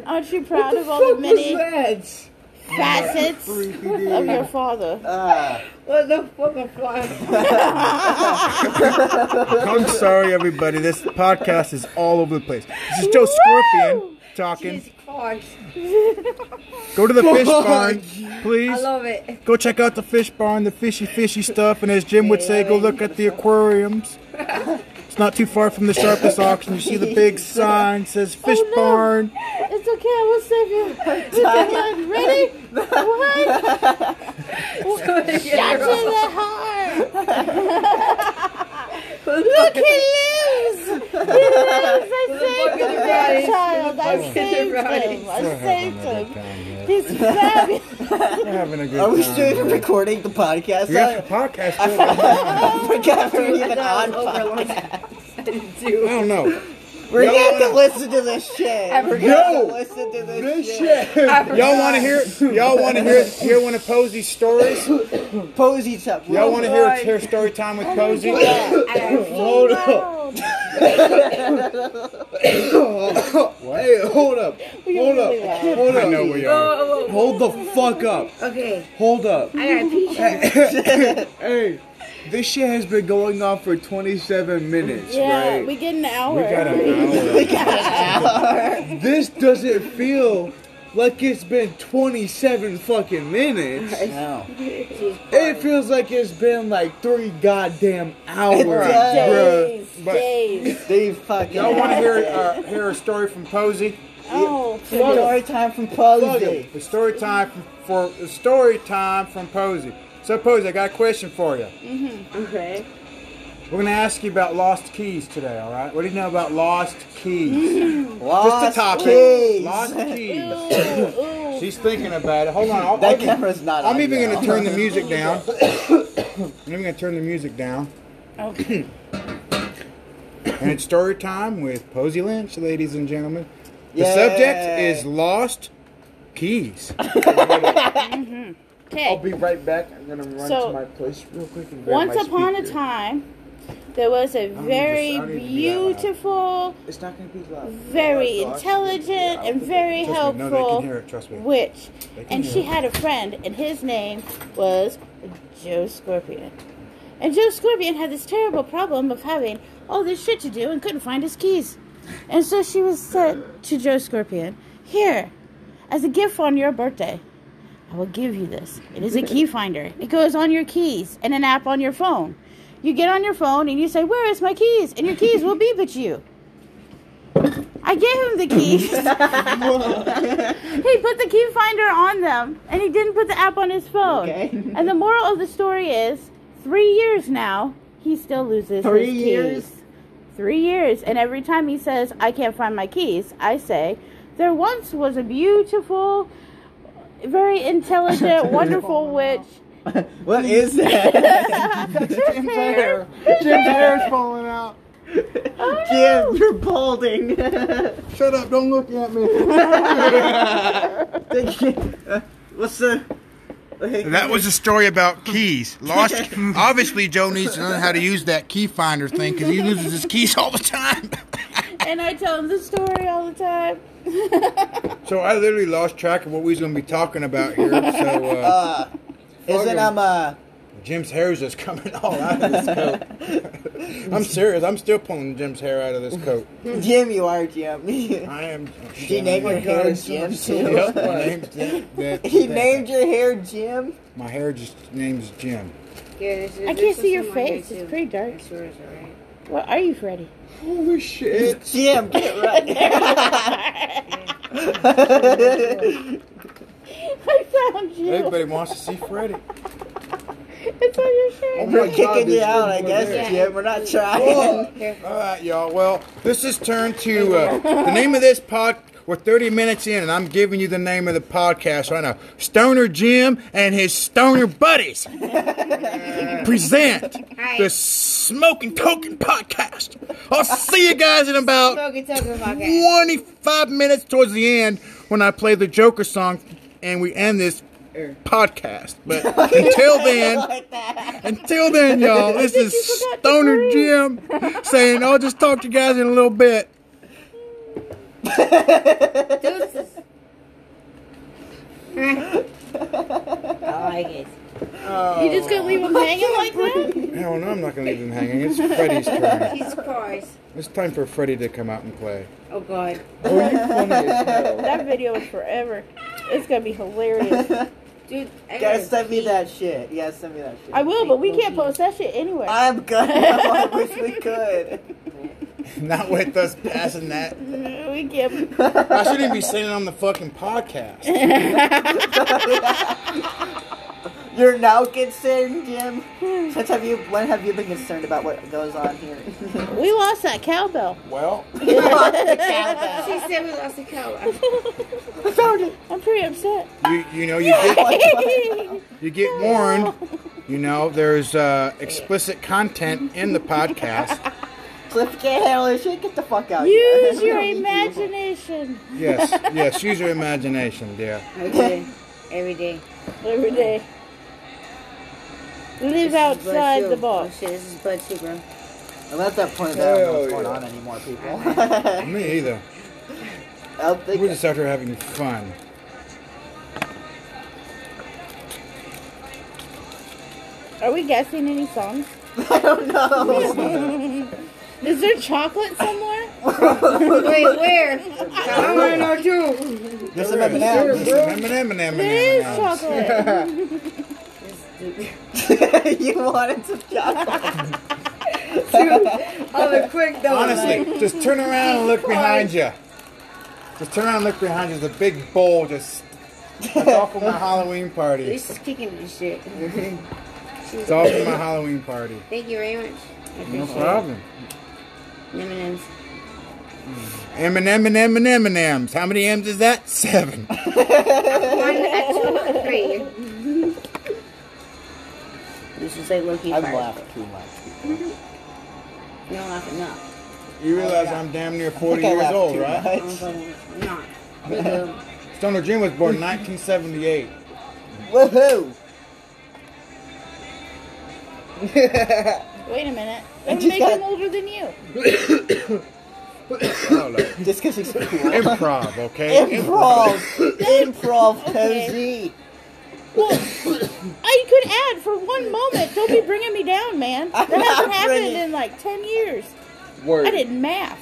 S1: Aren't you proud of all the many facets of your father?
S4: Ah,
S5: What the fuck a fly?
S3: I'm sorry, everybody. This podcast is all over the place. This is Joe Scorpion talking.
S5: Jesus Christ.
S3: Go to the fish barn,
S5: I
S3: please.
S5: love it.
S3: Go check out the fish barn, the fishy, fishy stuff. And as Jim would say, go look at the aquariums. It's not too far from the sharpest auction. You see the big sign says fish
S1: Oh, no.
S3: barn.
S1: It's okay, I will save you. Ready? Ready? What? Shut to the heart. Look, he lives. He lives. I saved him, child. I saved him. I saved him. He's fabulous.
S3: We're having a good
S4: are we
S3: time.
S4: still even recording the podcast?
S3: Yeah, podcast. too.
S4: I forgot we're even
S5: I
S4: on
S5: was over
S4: podcast.
S3: I don't know.
S4: We're gonna have to listen to this shit.
S5: I
S4: We're
S5: forgot.
S4: gonna have
S3: Yo,
S4: to listen to this, shit.
S5: I forgot.
S3: Y'all want to hear? Y'all want to hear? Hear one of Posey's stories?
S4: Posey's up.
S3: Y'all want to hear? Hear story time
S1: Oh
S3: with Posey?
S5: I don't-
S2: Hold up. hey, hold up. Hold up. Hold
S3: I know
S2: up.
S3: we are.
S5: Oh, oh,
S2: Hold the fuck up.
S5: oh, okay.
S2: Hold up.
S5: I gotta pee.
S2: Hey, this shit has been going on for 27 minutes,
S1: Yeah,
S2: right?
S1: we get an hour.
S3: We got an hour.
S2: This doesn't feel like it's been 27 fucking minutes.
S4: No.
S2: It feels like it's been like three goddamn hours, bruh.
S1: Days,
S3: But-
S1: days.
S4: They fucking.
S3: Y'all want to hear? Uh, hear a story from Posey?
S1: Oh,
S4: Story time from
S3: Plug
S4: Posey.
S3: him. The story time from, for the story time from Posey. So Posey, I got a question for you.
S1: Mm-hmm.
S5: Okay.
S3: We're gonna ask you about lost keys today. All right? What do you know about lost keys?
S4: Lost
S3: Just a topic.
S4: keys.
S3: Lost keys.
S1: ooh, ooh.
S3: She's thinking about it. Hold on. I'll,
S4: That
S3: I'll even-
S4: camera's not.
S3: I'm
S4: on
S3: even
S4: yet.
S3: gonna turn the music down. I'm even gonna turn the music down.
S1: Okay.
S3: And it's story time with Posey Lynch, ladies and gentlemen. The
S4: Yay.
S3: subject is lost keys.
S1: Okay.
S8: I'll be right back. I'm gonna run
S1: So,
S8: to my place real quick and grab
S1: Once
S8: my
S1: upon a
S8: speaker.
S1: time, there was a
S8: need to-
S1: very
S8: I don't need to be that loud.
S1: beautiful,
S8: It's not gonna be loud.
S1: very
S8: Oh my gosh.
S1: intelligent, and very
S3: Trust me, no, they can hear
S1: helpful
S3: it. Trust me.
S1: witch.
S3: They can
S1: And
S3: hear
S1: she
S3: it.
S1: had a friend, and his name was Joe Scorpion. And Joe Scorpion had this terrible problem of having all this shit to do and couldn't find his keys. And so she was sent to Joe Scorpion, Here, as a gift on your birthday, I will give you this. It is a key finder. It goes on your keys and an app on your phone. You get on your phone and you say, Where is my keys? And your keys will be but you. I gave him the keys. he put the key finder on them and he didn't put the app on his phone.
S4: Okay.
S1: And the moral of the story is three years now, he still loses
S4: Three
S1: his
S4: years?
S1: keys. Three years. And every time he says, I can't find my keys, I say, There once was a beautiful, very intelligent, wonderful witch.
S4: What is that?
S1: Jim's hair.
S3: Jim's hair's falling out.
S4: Jim, you're balding.
S3: Shut up! Don't look at me.
S4: What's the?
S3: That was a story about keys. Lost. Obviously, Joe needs to learn how to use that key finder thing because he loses his keys all the time.
S1: and I tell him the story all the time.
S3: So I literally lost track of what we was going to be talking about here. So uh,
S4: Uh, isn't um uh
S3: Jim's hair is just coming all out of this coat. I'm serious. I'm still pulling Jim's hair out of this coat.
S4: Jim? You are Jim. he
S3: I am. oh, shit,
S4: She named
S3: I'm-
S4: your hair Jim too.
S3: Yep, my name's Jim. That-
S4: He
S3: that-
S4: named your hair Jim.
S3: my hair just name's Jim.
S5: Here, this is-
S1: I
S5: this
S1: can't see
S5: is
S1: your
S5: on my
S1: face.
S5: hair,
S1: It's
S5: too.
S1: pretty dark.
S5: That's yours, all right?
S1: What are you, Freddy?
S2: Holy shit.
S4: Jim, get right.
S1: I found you.
S3: Everybody wants to see Freddy. Oh
S1: It's on your shirt.
S4: We're
S2: God,
S4: kicking you
S2: this
S4: out,
S2: is
S4: I guess,
S5: hilarious.
S4: Jim. We're not trying.
S3: All right, y'all. Well, this is turned to uh, the name of this pod. We're 30 minutes in, and I'm giving you the name of the podcast right now. Stoner Jim and his stoner buddies present
S5: Hi.
S3: the Smoking Token Podcast. I'll see you guys in about
S5: Smoking Token Podcast.
S3: 25 minutes towards the end when I play the Joker song and we end this
S5: Er.
S3: podcast. But until then.
S4: like that.
S3: Until then, y'all, this is Stoner Jim saying, I'll just talk to you guys in a little bit.
S5: Deuces. I like it.
S1: You just gonna leave him hanging like that?
S3: Hell no, I'm not going to leave them hanging. It's Freddy's turn.
S5: Oh. Jesus Christ.
S3: It's time for Freddy to come out and play.
S5: Oh, God.
S1: That video is forever. It's gonna be hilarious.
S5: Dude, I
S4: You gotta
S5: gotta-
S4: send me that shit. You gotta send me that shit.
S1: I will, but we can't post that shit anywhere.
S4: I'm good. I wish we could.
S3: Not with us passing that.
S1: we can't.
S3: I shouldn't be saying it on the fucking podcast.
S4: You're now concerned, Jim. Since have you? When have you been concerned about what goes on here?
S1: We lost that cowbell.
S3: Well,
S5: She said we lost a cow.
S1: I found it. I'm pretty upset.
S3: you, you know, you get, you get warned. You know, there's uh, explicit content in the podcast.
S4: Cliff can't handle this shit. Get the fuck out.
S1: Use
S4: here.
S1: your imagination
S3: Yes, yes, use your imagination, dear.
S5: Okay. Every day.
S1: every day. Live outside the
S5: box.
S1: box.
S5: Oh, shit, this is Bud Shoe, bro.
S4: And at that point, I don't know what's
S2: Hell
S4: going
S2: yeah.
S4: on anymore, people.
S3: Me either.
S4: I don't think
S3: We're just out here having fun.
S1: Are we guessing any songs?
S4: I don't know.
S1: Is there chocolate somewhere?
S5: Wait, where? I wanna know too.
S4: There's some M&Ms.
S1: There is chocolate.
S4: you wanted some chocolate.
S5: Oh, they're quick though.
S3: Honestly, just turn around and look behind you. Just turn around and look behind you. There's a big bowl just. That's all for my Halloween party.
S5: This is kicking this shit.
S3: It's all for my Halloween party.
S5: Thank you very much. I
S3: No
S5: appreciate
S3: problem.
S5: it. M&M's.
S3: M and M and M and M and M's. How many M's is that? Seven.
S5: One, a two, a three. You should say Loki
S4: I'm
S5: first.
S4: laughing too much.
S5: You're not laughing enough.
S3: You realize I'm damn near 40
S4: I
S3: years
S4: laughed
S3: old,
S4: too
S3: right?
S5: I'm
S4: much.
S5: fucking not. You go.
S3: Stoner Jim was born in 1978.
S4: Woohoo!
S1: Wait a minute.
S4: I
S1: That would
S4: just
S1: make
S4: got-
S1: him older than you.
S3: Oh, no.
S4: Just because he's cool.
S3: Improv, okay?
S4: Improv! Improv,
S1: Okay.
S4: cozy!
S1: Well, I could add for one moment. Don't be bringing me down, man.
S4: I'm
S1: That hasn't
S4: not
S1: happened
S4: bringing-
S1: in like 10 years.
S2: Word.
S1: I did math.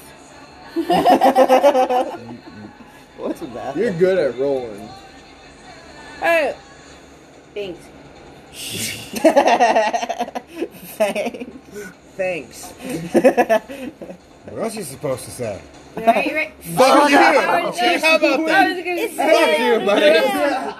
S4: What's with that?
S2: You're good at rolling.
S1: Oh,
S5: Thanks.
S4: Thanks. Thanks.
S3: What else are you supposed to say?
S5: You alright? You alright?
S3: Fuck you!
S5: I was
S3: Gee, How about
S5: I
S3: that?
S5: was gonna
S1: it's
S5: say,
S3: Fuck you, buddy.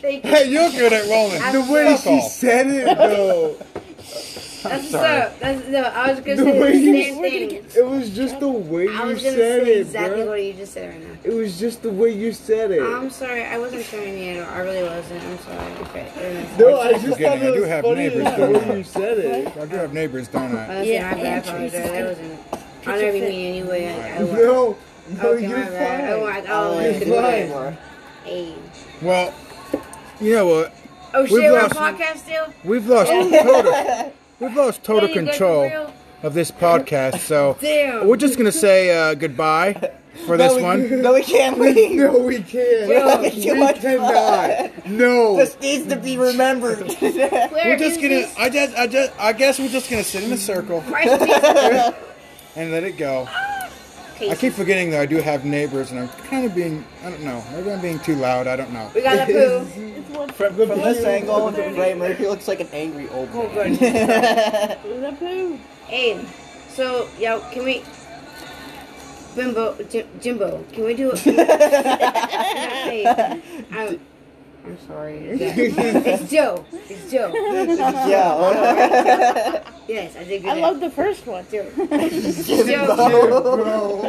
S5: thank you.
S3: Hey, you're good at rolling.
S5: The way
S3: Fuck off.
S2: said it though.
S5: That's what's
S3: sorry.
S5: up. That's, no, I was gonna
S2: The
S5: say
S2: way
S5: the
S2: you-
S5: same thing.
S2: It was just the way
S5: I
S2: you
S5: was gonna
S2: said
S5: say
S2: it,
S5: exactly
S2: bro.
S5: what you just said right now.
S2: It was just the way you said it.
S5: I'm sorry, I wasn't showing you. I really wasn't. I'm sorry. Okay.
S2: no, I just
S3: Forgetting,
S2: thought
S3: I
S2: it
S3: do
S2: was
S3: have
S2: funny
S3: neighbors
S2: the
S3: doing
S2: way
S3: that.
S2: you said it.
S3: I do have neighbors, don't I?
S5: Honestly,
S1: Yeah,
S5: my bad.
S1: and
S5: I
S1: she's
S5: apologize. That wasn't.
S1: your
S5: I don't even
S1: fit.
S5: mean anyway. I, I was.
S2: No, no,
S3: Oh,
S5: Okay,
S2: you're
S5: my bad. I
S2: fine.
S5: want all
S4: You're
S5: I could
S2: fine.
S5: win.
S4: Anymore.
S5: Hey.
S3: Well, you know what?
S5: Oh
S3: We've
S5: shit, we're on
S3: lost-
S5: podcast still?
S3: We've lost total. We've lost total
S5: Hey, you guys
S3: control
S5: real?
S3: of this podcast. So
S5: Damn.
S3: we're just gonna say uh, goodbye for this one.
S4: No, we can't leave.
S2: No, we can't.
S4: Well,
S2: we
S4: too much
S2: cannot. No.
S4: This needs to be remembered.
S5: Where
S3: We're just
S5: is
S3: gonna.
S5: this?
S3: I just. I just. I guess we're just gonna sit in a circle
S5: Christ, please.
S3: and let it go.
S5: Okay,
S3: I keep forgetting though. I do have neighbors, and I'm kind of being. I don't know. Maybe I'm being too loud. I don't know.
S5: we got to poo.
S4: From, from this angle, from Ray Murphy looks like an angry old man.
S1: The poo.
S5: Hey, so yo, can we? Bimbo, Jim, Jimbo, can we do it? Hey, I'm, I'm sorry. It's Joe. It's Joe.
S4: yeah.
S5: Yes, I did good.
S1: I love the first one.
S5: Joe.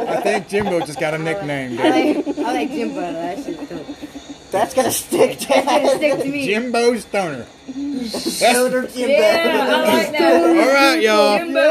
S3: I think Jimbo just got a nickname.
S5: I
S3: dude.
S5: like, I like Jimbo. That shit's dope.
S4: That's gonna stick, Dad.
S5: Gotta stick to me.
S3: Jimbo Stoner.
S4: Shoulder Jim
S5: Yeah, I like that.
S3: All right, y'all.
S5: Jimbo.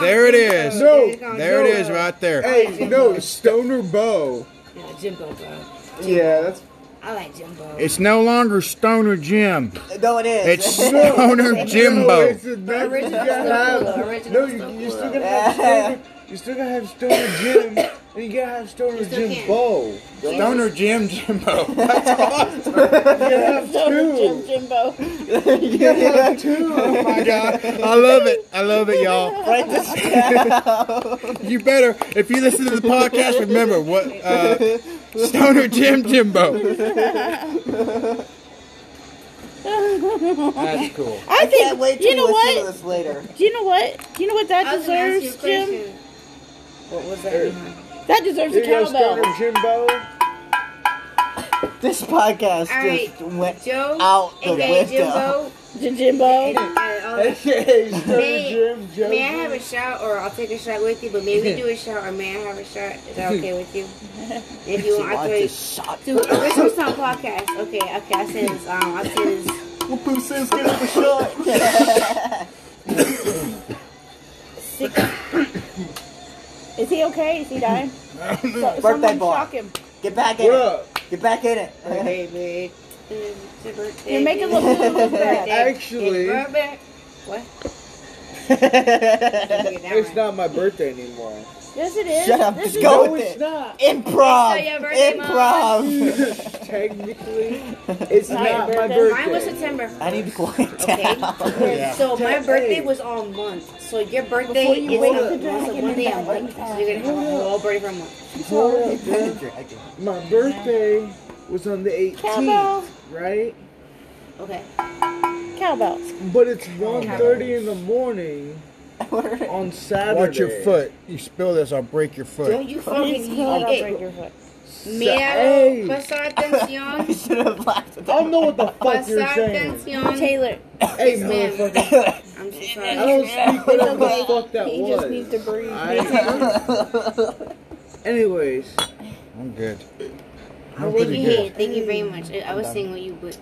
S3: There it is.
S5: No,
S3: There it is, right there.
S2: Hey, no, Stoner Bow.
S5: Yeah, Jimbo, bro.
S2: Yeah, that's.
S5: I like Jimbo.
S3: It's no longer Stoner Jim.
S4: No, it is.
S3: It's Stoner
S2: No,
S3: Jimbo.
S2: it's a- that's what you
S5: Original
S2: gotta
S5: Stoner,
S2: have.
S5: original
S2: No, you, you're
S5: Stoner.
S2: still gonna have Stoner. You still gotta have Stoner Jim, and you gotta have Stoner
S5: still
S2: Jim
S5: can't.
S2: Bow.
S3: Stoner Jim Jimbo.
S2: You gotta have
S1: Jim
S2: two.
S1: Jimbo.
S2: You gotta have two.
S3: Oh my God. I love it. I love it, y'all. You better, if you listen to the podcast, remember what uh, Stoner Jim Jimbo. That's cool.
S1: I
S4: I can't wait
S1: think
S4: to
S1: you know
S4: listen
S1: what.
S4: to this later.
S1: Do you know what? Do you know what that
S5: I was gonna ask you a
S1: deserves, Jim?
S5: question. What was
S2: Er.
S5: that?
S1: That deserves
S2: You
S1: a
S2: got
S1: cowbell.
S2: Stoner Jim Bow.
S4: This podcast
S5: All right.
S4: just went
S5: Joe,
S4: out the
S5: aka
S4: window.
S5: Jimbo,
S1: Jim Jimbo.
S5: and, uh, all that.
S2: Hey, Stoner
S5: May,
S2: Jim Jim.
S5: may I have a shot, or I'll take a shot with you? But may we do a shot, or may I have a shot? Is that okay with you? If you
S4: You
S5: want,
S4: want
S5: I'll
S4: to
S5: throw you.
S4: shut
S5: Do original song podcast. Okay, okay. I said this. Um, I said this.
S4: Whoopoo says give it a shot.
S1: Is he okay? Is he dying? So,
S4: Mm-hmm. Birthday
S1: someone
S4: boy.
S1: shock him.
S4: Get back in
S2: What
S4: it.
S2: up?
S4: Get back in it.
S5: Birthday, bitch. It's your birthday,
S1: You're making
S5: bitch.
S1: little look bad.
S2: Actually,
S5: It's your birthday. What?
S2: It's not my birthday anymore.
S1: Yes, it is.
S4: Shut up,
S1: This
S4: just
S1: is
S4: go
S2: No,
S4: with
S2: it's
S4: it.
S2: not.
S5: It's not your
S4: Improv.
S5: birthday, Mom.
S4: Improv.
S2: Technically, it's
S1: not your
S2: not my
S1: birthday.
S2: birthday.
S5: Mine was September.
S4: I need to quiet
S5: Okay.
S4: down.
S3: Yeah.
S5: So my
S2: Just
S5: birthday
S2: say.
S5: was all month. So your
S1: Before
S5: birthday
S1: you
S5: is
S1: wake
S5: a,
S1: up,
S5: was a
S1: dragon
S5: one day a
S1: and
S5: month.
S1: dragon.
S5: So you're gonna have a whole birthday for a month.
S2: My birthday was on the 18th,
S1: Cowbell.
S2: right?
S5: Okay.
S1: Cowbell.
S2: But it's 1.30 in the morning on Saturday.
S3: Watch your foot. You spill this, I'll break your
S5: So
S3: foot.
S5: you fucking
S1: Please God, I'll break
S5: eat it.
S1: your foot.
S5: Míralo,
S2: Hey,
S5: presta atención.
S4: You should have laughed at
S2: I don't know what the fuck you're
S5: Presta
S2: saying.
S5: atención.
S1: Taylor.
S2: Hey,
S5: ma'am.
S2: motherfucker.
S5: I'm so
S2: I
S5: sorry.
S2: don't speak whatever the fuck that
S1: He
S2: was.
S1: just needs to breathe.
S2: I- Anyways,
S3: I'm good. I'm
S5: Thank
S3: pretty
S5: you,
S3: good.
S5: hey, thank you very much. I- I was saying what you would.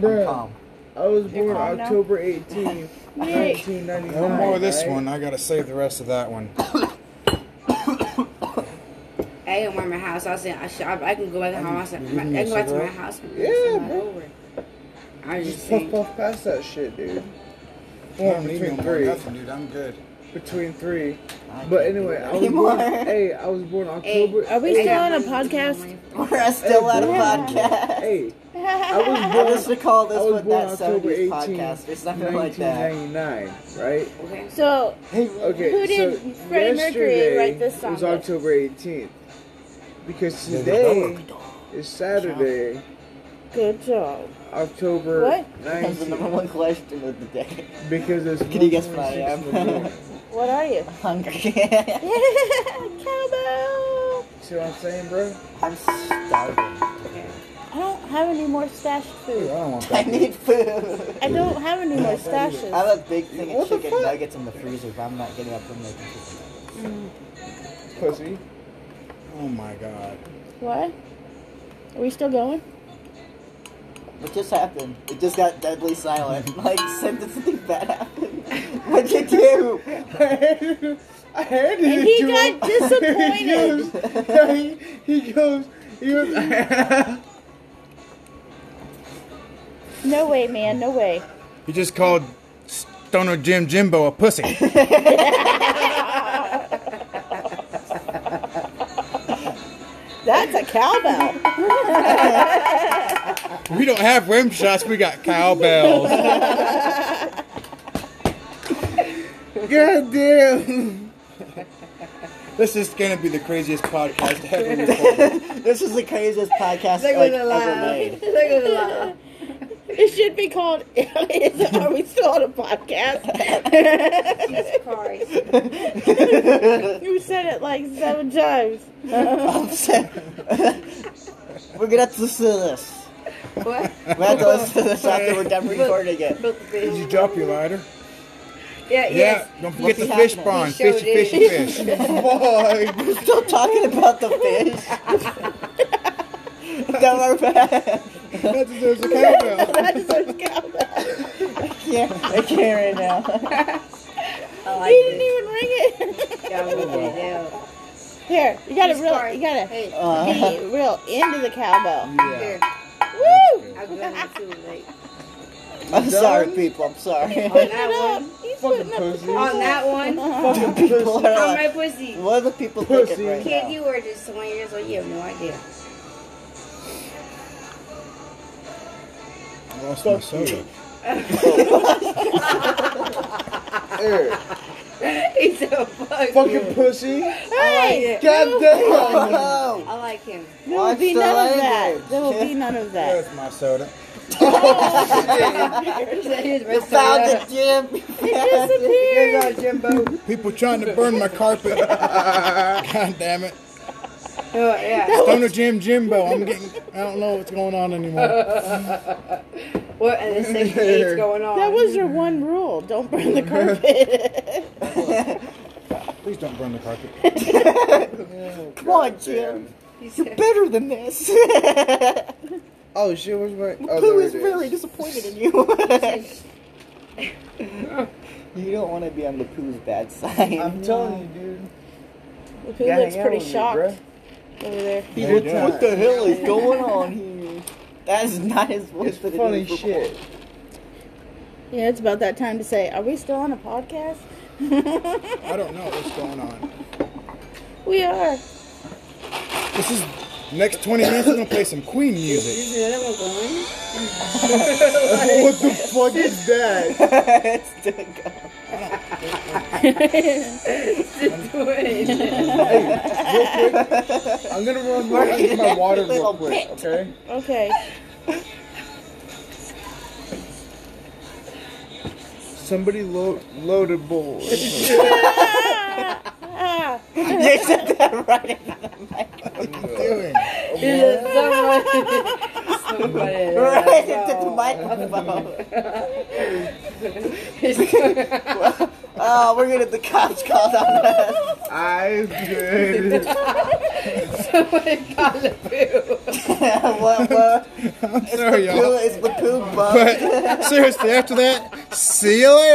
S2: bruh, I was born
S1: calm now?
S2: October 18th, 1999.
S3: One more of this
S2: right?
S3: one. I gotta save the rest of that one.
S5: I didn't warm my house. I was saying I, should, I, I can go back to my house. I,
S3: give me
S5: I can go
S3: a
S5: back to my
S3: cigarette?
S5: house. and
S2: Yeah,
S5: start
S2: bro.
S5: over. I was just
S2: Puff,
S5: saying.
S2: puff past that shit, dude.
S3: I don't need no
S2: between
S3: more
S2: three.
S3: nothing, dude. I'm good.
S2: Between three. But anyway, I was born, hey, I was born
S5: Hey,
S2: October.
S1: Are we
S5: I
S1: still
S5: got
S1: on a
S5: money.
S1: podcast?
S4: We're still on a podcast.
S2: Hey, I was
S4: I
S2: born,
S4: was to call this
S2: I was
S4: one
S2: born
S4: that
S2: October
S4: 70s
S2: 18th,
S4: podcast or something like that.
S2: 1999, right?
S5: Okay.
S1: So,
S2: Okay,
S1: Who did
S2: so
S1: Freddie Mercury
S2: yesterday
S1: write this song
S2: was
S1: with?
S2: October 18th. Because today is Saturday,
S1: good job.
S2: October
S1: What?
S4: That's the number
S2: 19th.
S4: one question of the day.
S2: Because it's
S4: Can you guess what I
S2: 1:26 in
S4: am?
S2: the morning.
S1: What are you?
S4: Hungry.
S1: Cowbell.
S2: See what I'm saying, bro?
S4: I'm starving.
S1: I don't have any more stashed
S3: I
S1: food.
S3: don't want
S4: I
S3: that.
S4: need food.
S1: I don't have any more
S4: I
S1: stashes.
S4: have a big thing of chicken nuggets in the freezer, but I'm not getting up and making chicken.
S2: Pussy.
S3: Oh my god.
S1: What? Are we still going?
S4: What just happened? It just got deadly silent. like, said that something bad happened. What'd you do?
S2: I handed
S1: And
S2: it
S1: he
S2: to him.
S1: got disappointed.
S2: he, he goes, he goes,
S1: No way, man. No way.
S3: He just called Stoner Jim Jimbo a pussy.
S1: That's a cowbell.
S3: we don't have rim shots, we got cowbells.
S8: God damn.
S3: this is gonna be the craziest podcast ever recorded.
S4: This is the craziest podcast
S5: They're
S4: like,
S5: gonna
S4: ever
S5: laugh.
S4: made.
S5: They're gonna laugh.
S1: It should be called Is it, Are We Still on a Podcast?
S5: Jesus Christ.
S1: you said it like seven times.
S4: I'm saying- we're gonna have to listen to this.
S5: What?
S4: We're gonna have to listen to this after we're done recording it.
S5: Built the
S3: Did you
S5: fish.
S3: drop your lighter?
S5: Yeah, yes.
S3: Yeah, don't forget
S4: What's
S3: the fish
S4: happening?
S3: pond.
S5: He sure
S3: Fishy, fishy, fish.
S4: We're still talking about the fish. Don't worry about it.
S3: That deserves a cowbell.
S1: That deserves a cowbell.
S4: Yeah, I can't right now.
S5: I
S1: He didn't
S5: like
S1: even ring it.
S5: this. Yeah, we're gonna do.
S1: Here, you gotta
S5: He's
S1: real,
S5: sorry.
S1: you gotta
S5: Hey,
S2: Oh,
S4: Uh,
S1: be real into the cowbell.
S5: here.
S1: Woo!
S5: I'm going too late.
S4: I'm sorry, people. I'm sorry.
S5: On
S1: Put it
S5: that
S1: up.
S5: one.
S1: He's putting up the
S8: pussy.
S1: cowbell.
S5: On that one.
S4: people are
S5: On my
S4: like,
S5: pussy.
S4: what are the people thinking
S8: Pussy.
S4: right
S5: Kid,
S4: now?
S5: you were just 20 years old. You have no idea.
S3: Lost my soda.
S5: He's so fucked.
S8: Fucking pussy.
S1: Hey!
S8: God damn.
S4: Oh,
S5: I like him.
S1: There will
S4: Watch the
S1: be none of
S4: language.
S1: that. There will be none of that.
S3: There's my soda.
S5: He's like, he's
S4: you
S5: rest
S4: found
S5: of
S4: it, Jim.
S1: It disappeared.
S8: God, Jimbo.
S3: People trying to burn my carpet. God damn it.
S5: Oh, yeah.
S3: Stoner Jim Jimbo. I'm getting. I don't know what's going on anymore.
S5: What in the second eight's going on?
S1: That was your one rule. Don't burn the carpet.
S3: Please don't burn the carpet.
S4: Come on, Jim.
S5: He said-
S4: You're better than this.
S8: Oh shit, where's my? Oh,
S4: Who
S8: there
S4: is
S8: it is.
S4: really disappointed in you? you don't want to be on the poo's bad side.
S8: I'm telling you, dude.
S1: The poo
S8: Gotta
S1: looks
S8: hang out
S1: pretty
S8: with me,
S1: shocked
S8: bruh.
S1: over there.
S4: He
S3: How you
S4: looks-
S3: doing?
S4: what the hell is going on here? That is not his voice.
S8: It's
S4: that it
S8: funny
S4: is before.
S8: shit.
S1: Yeah, it's about that time to say, are we still on a podcast?
S3: I don't know what's going on.
S1: we are.
S3: This is next 20 minutes. We're gonna play some Queen music.
S5: Is the other one going?
S8: What the fuck is that?
S4: it's still going.
S8: I'm gonna run my, I need my water real quick, okay?
S1: Okay.
S8: Somebody lo- loaded bowl.
S1: Ah,
S4: They said that right in the
S3: Doing.
S5: Somebody.
S4: right into the microphone. oh, we're gonna the cops called on us.
S8: I'm good.
S5: Somebody got the poo.
S4: what, what?
S3: I'm sorry,
S4: Poo
S3: y'all.
S4: is the poo bug.
S3: But seriously, after that, see you later.